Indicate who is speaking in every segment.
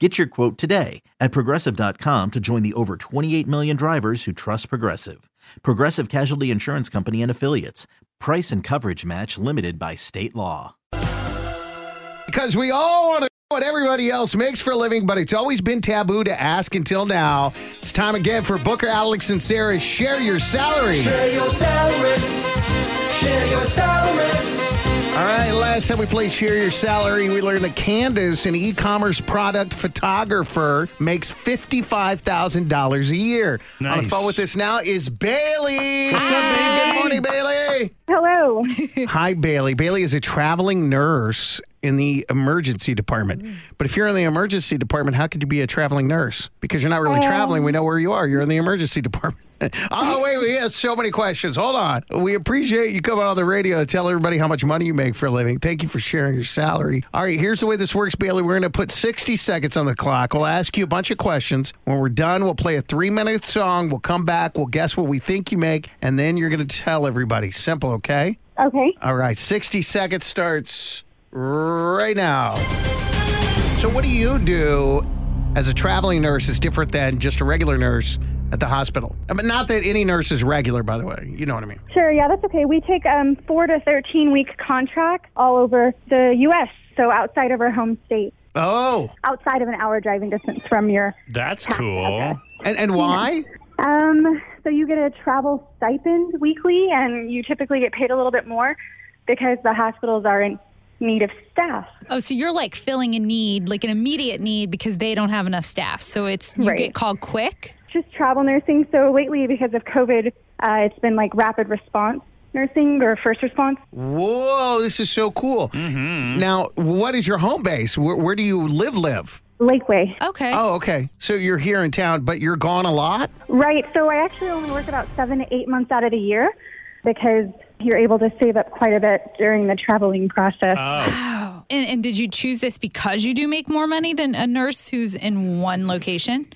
Speaker 1: Get your quote today at progressive.com to join the over 28 million drivers who trust Progressive. Progressive Casualty Insurance Company and Affiliates. Price and coverage match limited by state law.
Speaker 2: Because we all want to know what everybody else makes for a living, but it's always been taboo to ask until now. It's time again for Booker, Alex, and Sarah. Share your salary.
Speaker 3: Share your salary. Share your salary.
Speaker 2: All right, last time we played Share Your Salary, we learned that Candace, an e commerce product photographer, makes $55,000 a year. On the
Speaker 4: Nice.
Speaker 2: phone with us now is Bailey. Good morning, Bailey.
Speaker 5: Hello.
Speaker 2: Hi, Bailey. Bailey is a traveling nurse in the emergency department. But if you're in the emergency department, how could you be a traveling nurse? Because you're not really traveling. We know where you are. You're in the emergency department. oh, wait, we have so many questions. Hold on. We appreciate you coming on the radio to tell everybody how much money you make for a living. Thank you for sharing your salary. All right, here's the way this works, Bailey. We're going to put 60 seconds on the clock. We'll ask you a bunch of questions. When we're done, we'll play a three minute song. We'll come back. We'll guess what we think you make. And then you're going to tell everybody. Simple, okay?
Speaker 5: Okay.
Speaker 2: All right, 60 seconds starts right now. So, what do you do as a traveling nurse is different than just a regular nurse at the hospital? I mean, not that any nurse is regular, by the way. You know what I mean.
Speaker 5: Sure. Yeah, that's okay. We take um, four to 13 week contracts all over the U.S., so outside of our home state,
Speaker 2: Oh,
Speaker 5: outside of an hour driving distance from your.
Speaker 4: That's cool.
Speaker 2: and, and why?
Speaker 5: Um, so you get a travel stipend weekly, and you typically get paid a little bit more because the hospitals are in need of staff.
Speaker 6: Oh, so you're like filling a need, like an immediate need because they don't have enough staff. So it's you
Speaker 5: Right.
Speaker 6: get called quick.
Speaker 5: Just travel nursing. So lately, because of COVID, uh, it's been like rapid response nursing or first response.
Speaker 2: Whoa, this is so cool. Now, what is your home base? Where, where do you live, live?
Speaker 5: Lakeway.
Speaker 6: Okay.
Speaker 2: Oh, okay. So you're here in town, but you're gone a lot?
Speaker 5: Right. So I actually only work about seven to eight months out of the year because you're able to save up quite a bit during the traveling process.
Speaker 6: And, and did you choose this because you do make more money than a nurse who's in one location?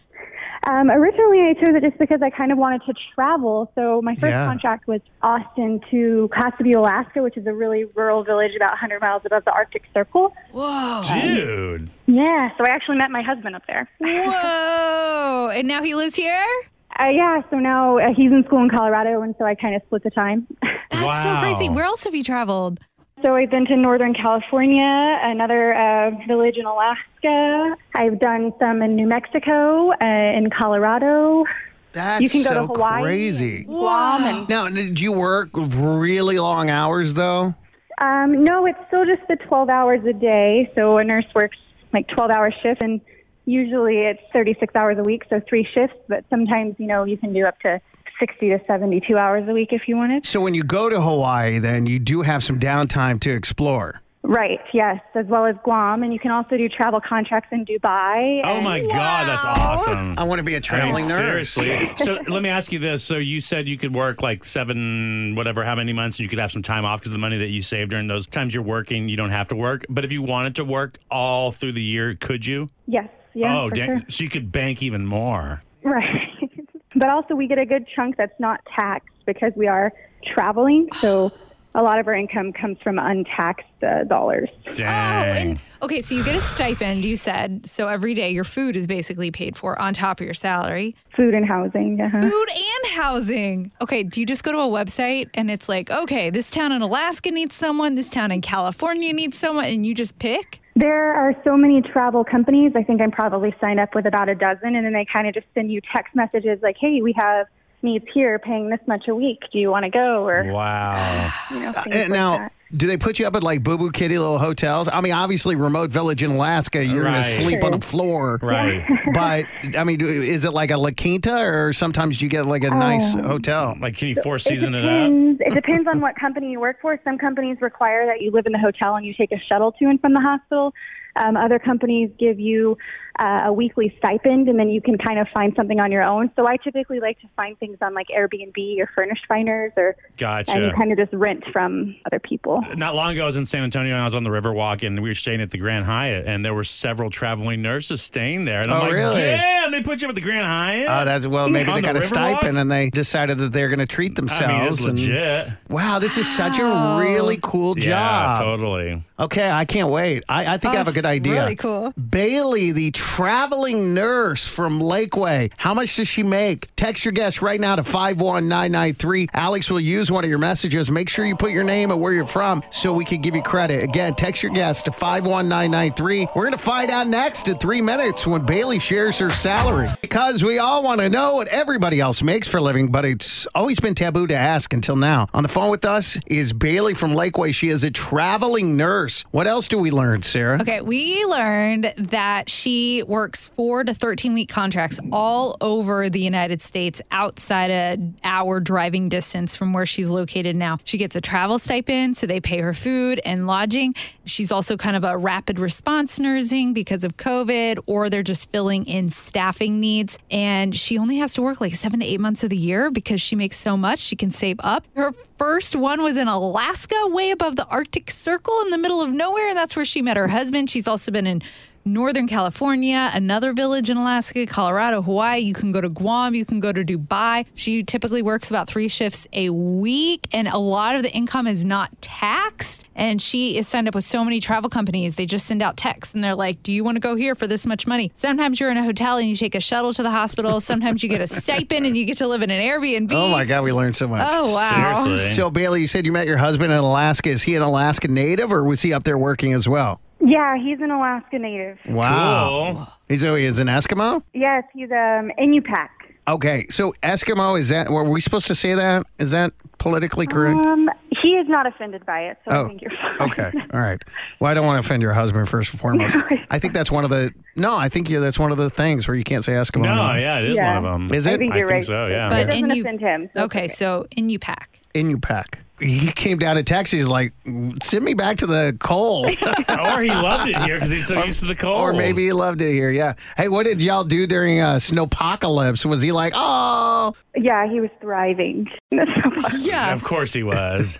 Speaker 5: Um, originally, I chose it just because I kind of wanted to travel. So my first
Speaker 2: Yeah.
Speaker 5: contract was Austin to Kotzebue, Alaska, which is a really rural village about 100 miles above the Arctic Circle.
Speaker 6: Whoa.
Speaker 5: Oh.
Speaker 4: Dude.
Speaker 5: Yeah. So I actually met my husband up there.
Speaker 6: Whoa. And now he lives here?
Speaker 5: Uh, yeah. So now uh, he's in school in Colorado, and so I kind of split the time.
Speaker 6: That's
Speaker 4: Wow.
Speaker 6: so crazy. Where else have you traveled?
Speaker 5: So I've been to Northern California, another uh, village in Alaska. I've done some in New Mexico, uh, in Colorado,
Speaker 2: That's
Speaker 5: You can go
Speaker 2: so
Speaker 5: to Hawaii.
Speaker 2: crazy.
Speaker 5: Guam, and
Speaker 2: Now, do you work really long hours, though?
Speaker 5: um, no, it's still just the 12 hours a day. So a nurse works like 12-hour shift, and usually it's 36 hours a week, so three shifts. But sometimes, you know, you can do up to 60 to 72 hours a week if you wanted.
Speaker 2: So when you go to Hawaii, then you do have some downtime to explore.
Speaker 5: Right? Yes, as well as Guam, and you can also do travel contracts in Dubai.
Speaker 4: Oh
Speaker 5: and-
Speaker 4: my God, that's awesome.
Speaker 2: I want to be a
Speaker 4: I mean,
Speaker 2: traveling nurse.
Speaker 4: Seriously. so let me ask you this. So you said you could work like seven, whatever, how many months, and you could have some time off because the money that you save during those times you're working, you don't have to work. But if you wanted to work all through the year, could you?
Speaker 5: Yes. Yeah.
Speaker 4: oh,
Speaker 5: for
Speaker 4: dang.
Speaker 5: sure.
Speaker 4: So you could bank even more.
Speaker 5: Right. but also, we get a good chunk that's not taxed because we are traveling. So a lot of our income comes from untaxed uh, dollars.
Speaker 4: Dang.
Speaker 6: Oh, and okay, so you get a stipend, you said. So every day your food is basically paid for on top of your salary.
Speaker 5: Food and housing. Uh-huh.
Speaker 6: Food and housing. Okay, do you just go to a website and it's like, okay, this town in Alaska needs someone, this town in California needs someone, and you just pick?
Speaker 5: There are so many travel companies. I think I'm probably signed up with about a dozen, and then they kind of just send you text messages like, "Hey, we have needs here, paying this much a week. Do you want to go?" Or
Speaker 4: Wow.
Speaker 5: you know, things
Speaker 2: Uh,
Speaker 5: like
Speaker 2: now,
Speaker 5: that.
Speaker 2: do they put you up at like boo boo kitty little hotels? I mean, obviously, remote village in Alaska, you're
Speaker 4: Right.
Speaker 2: gonna sleep on a floor.
Speaker 4: Right.
Speaker 2: But I mean, do- is it like a La Quinta, or sometimes you get like a nice hotel?
Speaker 4: Like, can you four season it up?
Speaker 5: depends. It depends on what company you work for. Some companies require that you live in the hotel and you take a shuttle to and from the hospital. Um, other companies give you uh, a weekly stipend, and then you can kind of find something on your own. So I typically like to find things on like Airbnb or Furnished Finders, or and you
Speaker 4: Gotcha.
Speaker 5: kind of just rent from other people.
Speaker 4: Not long ago, I was in San Antonio and I was on the Riverwalk, and we were staying at the Grand Hyatt, and there were several traveling nurses staying there. And I'm
Speaker 2: Oh,
Speaker 4: like,
Speaker 2: really?
Speaker 4: damn, they put you up at the Grand Hyatt?
Speaker 2: Oh, that's well. Maybe
Speaker 4: On
Speaker 2: they
Speaker 4: the
Speaker 2: got a
Speaker 4: Riverwalk?
Speaker 2: stipend, and they decided that they're going to treat
Speaker 4: I mean, it's
Speaker 2: themselves. and-
Speaker 4: legit.
Speaker 2: wow, this is such a
Speaker 6: Wow.
Speaker 2: really cool
Speaker 4: Yeah,
Speaker 2: job.
Speaker 4: totally.
Speaker 2: Okay, I can't wait. I, I think I have a good idea.
Speaker 6: Really cool.
Speaker 2: Bailey, the traveling nurse from Lakeway. How much does she make? Text your guess right now to 51993. Alex will use one of your messages. Make sure you put your name and where you're from so we can give you credit. Again, text your guess to 51993. We're going to find out next in three minutes when Bailey shares her salary because we all want to know what everybody else makes for a living, but it's always been taboo to ask until now. On the phone with us is Bailey from Lakeway. She is a traveling nurse. What else do we learn, Sarah?
Speaker 6: Okay, we learned that she works four to 13 week contracts all over the United States outside a hour driving distance from where she's located now. She gets a travel stipend, so they pay her food and lodging. She's also kind of a rapid response nursing because of COVID, or they're just filling in staffing needs. And she only has to work like seven to eight months of the year because she makes so much. She can save up. Her first one was in Alaska, way above the Arctic Circle in the middle of nowhere. And that's where she met her husband. She's also been in Northern California, another village in Alaska, Colorado, Hawaii. You can go to Guam. You can go to Dubai. She typically works about three shifts a week, and a lot of the income is not taxed. And she is signed up with so many travel companies. They just send out texts and they're like, Do you want to go here for this much money? Sometimes you're in a hotel and you take a shuttle to the hospital. Sometimes you get a stipend and you get to live in an Airbnb.
Speaker 2: Oh my God, we learned so much.
Speaker 6: Oh, wow.
Speaker 4: Seriously.
Speaker 2: So Bailey, you said you met your husband in Alaska. Is he an Alaska native, or was he up there working as well?
Speaker 5: Yeah, he's an Alaska native.
Speaker 2: Wow.
Speaker 4: Cool.
Speaker 2: He's oh, he is an Eskimo.
Speaker 5: Yes, he's um, Inupiaq.
Speaker 2: Okay, so Eskimo is that? Were we supposed to say that? Is that politically correct?
Speaker 5: Um, he is not offended by it, so
Speaker 2: Oh,
Speaker 5: I think you're fine.
Speaker 2: Okay, all right. Well, I don't want to offend your husband first and foremost. I think that's one of the no. I think yeah, that's one of the things where you can't say Eskimo.
Speaker 4: No, yeah, it is
Speaker 5: Yeah.
Speaker 4: one of them.
Speaker 2: um, Is
Speaker 5: I
Speaker 2: it
Speaker 5: think you're
Speaker 4: I think
Speaker 5: right.
Speaker 4: so, yeah.
Speaker 6: But
Speaker 5: it doesn't
Speaker 6: Inu-
Speaker 5: offend him. so it's
Speaker 6: Okay, so in you pack.
Speaker 2: Inupiaq? He came down to Texas. He's like, send me back to the coal.
Speaker 4: or he loved it here because he's so used to the cold.
Speaker 2: Or maybe he loved it here. Yeah. Hey, what did y'all do during uh, snowpocalypse? Was he like, oh,
Speaker 5: Yeah, he was thriving. That's so funny.
Speaker 6: Yeah.
Speaker 4: Of course he was.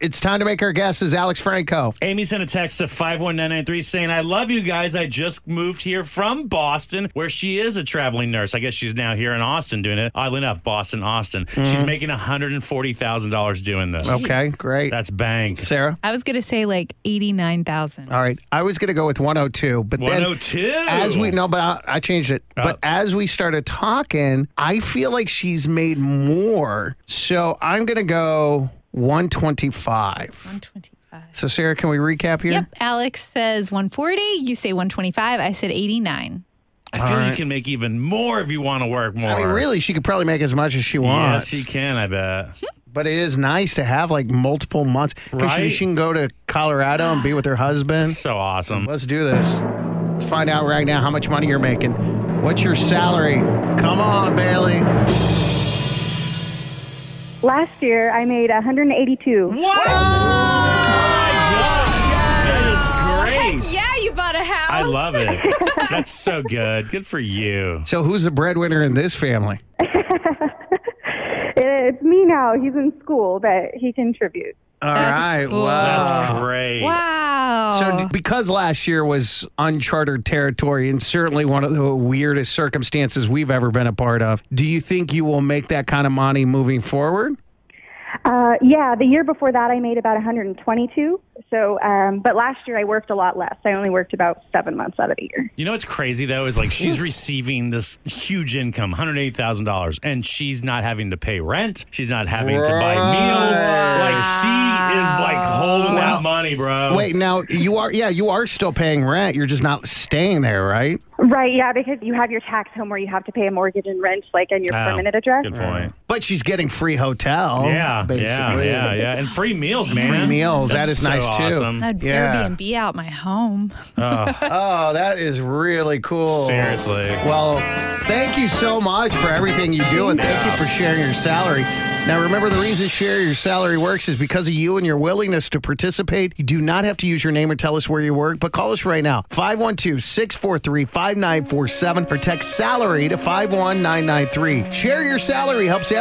Speaker 2: it's time to make our guesses, Alex Franco?
Speaker 4: Amy sent a text to 51993 saying, I love you guys. I just moved here from Boston, where she is a traveling nurse. I guess she's now here in Austin doing it. Oddly enough, Boston, Austin. She's making $140,000 doing this.
Speaker 2: Mm-hmm. Okay, great.
Speaker 4: That's bank.
Speaker 2: Sarah?
Speaker 6: I was going to say like 89,000.
Speaker 2: All right. I was going to go with 102, but then
Speaker 4: 102.
Speaker 2: as we no, but I, I changed it. But
Speaker 4: Oh.
Speaker 2: as we started talking, I feel like she's made more. So I'm going to go 125.
Speaker 6: 125.
Speaker 2: So, Sarah, can we recap here?
Speaker 6: Yep. Alex says 140. You say 125. I said 89.
Speaker 4: I feel you can make even more if you want to work more.
Speaker 2: I mean, really, she could probably make as much as she wants.
Speaker 4: Yes, you can, I bet.
Speaker 2: But it is nice to have like multiple months because she,
Speaker 4: Right?
Speaker 2: she can go to Colorado and be with her husband.
Speaker 4: So awesome.
Speaker 2: Let's do this. Let's find out right now how much money you're making. What's your salary? Come on, Bailey.
Speaker 5: Last year, I made 182.
Speaker 4: Oh That is great.
Speaker 6: Oh, yeah, you bought a house.
Speaker 4: I love it. That's so good. Good for you.
Speaker 2: So who's the breadwinner in this family?
Speaker 5: It's me now. He's in school, but he contributes.
Speaker 2: All right.
Speaker 6: That's cool.
Speaker 4: That's
Speaker 2: Uh, Wow.
Speaker 4: great.
Speaker 6: Wow.
Speaker 2: So d- because last year was uncharted territory and certainly one of the weirdest circumstances we've ever been a part of, do you think you will make that kind of money moving forward?
Speaker 5: Uh, yeah, the year before that I made about 122. So, um, but last year I worked a lot less. I only worked about seven months out of the year.
Speaker 4: You know what's crazy though is like she's receiving this huge income, hundred eight thousand dollars, and she's not having to pay rent. She's not having to buy meals. Like she is like holding
Speaker 2: Wow.
Speaker 4: that money, bro.
Speaker 2: Wait, now you are yeah, you are still paying rent. You're just not staying there, right?
Speaker 5: Right. Yeah, because you have your tax home where you have to pay a mortgage and rent, like, and your
Speaker 4: Oh,
Speaker 5: permanent address.
Speaker 4: Good point.
Speaker 2: But she's getting free hotel.
Speaker 4: yeah,
Speaker 2: Oh, basically.
Speaker 4: yeah, yeah, yeah, and free meals, man.
Speaker 2: meals, that
Speaker 4: That's
Speaker 2: is nice,
Speaker 4: so
Speaker 2: too.
Speaker 4: awesome.
Speaker 6: I'd
Speaker 2: Yeah.
Speaker 6: Airbnb out my home.
Speaker 2: Oh, that is really cool.
Speaker 4: Seriously.
Speaker 2: Well, thank you so much for everything you do, and thank you for sharing your salary. Now, remember the reason Share Your Salary works is because of you and your willingness to participate. You do not have to use your name or tell us where you work, but call us right now, 512 643 5947, or text salary to 51993. Share Your Salary helps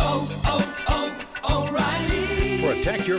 Speaker 3: Oh,
Speaker 7: Protect your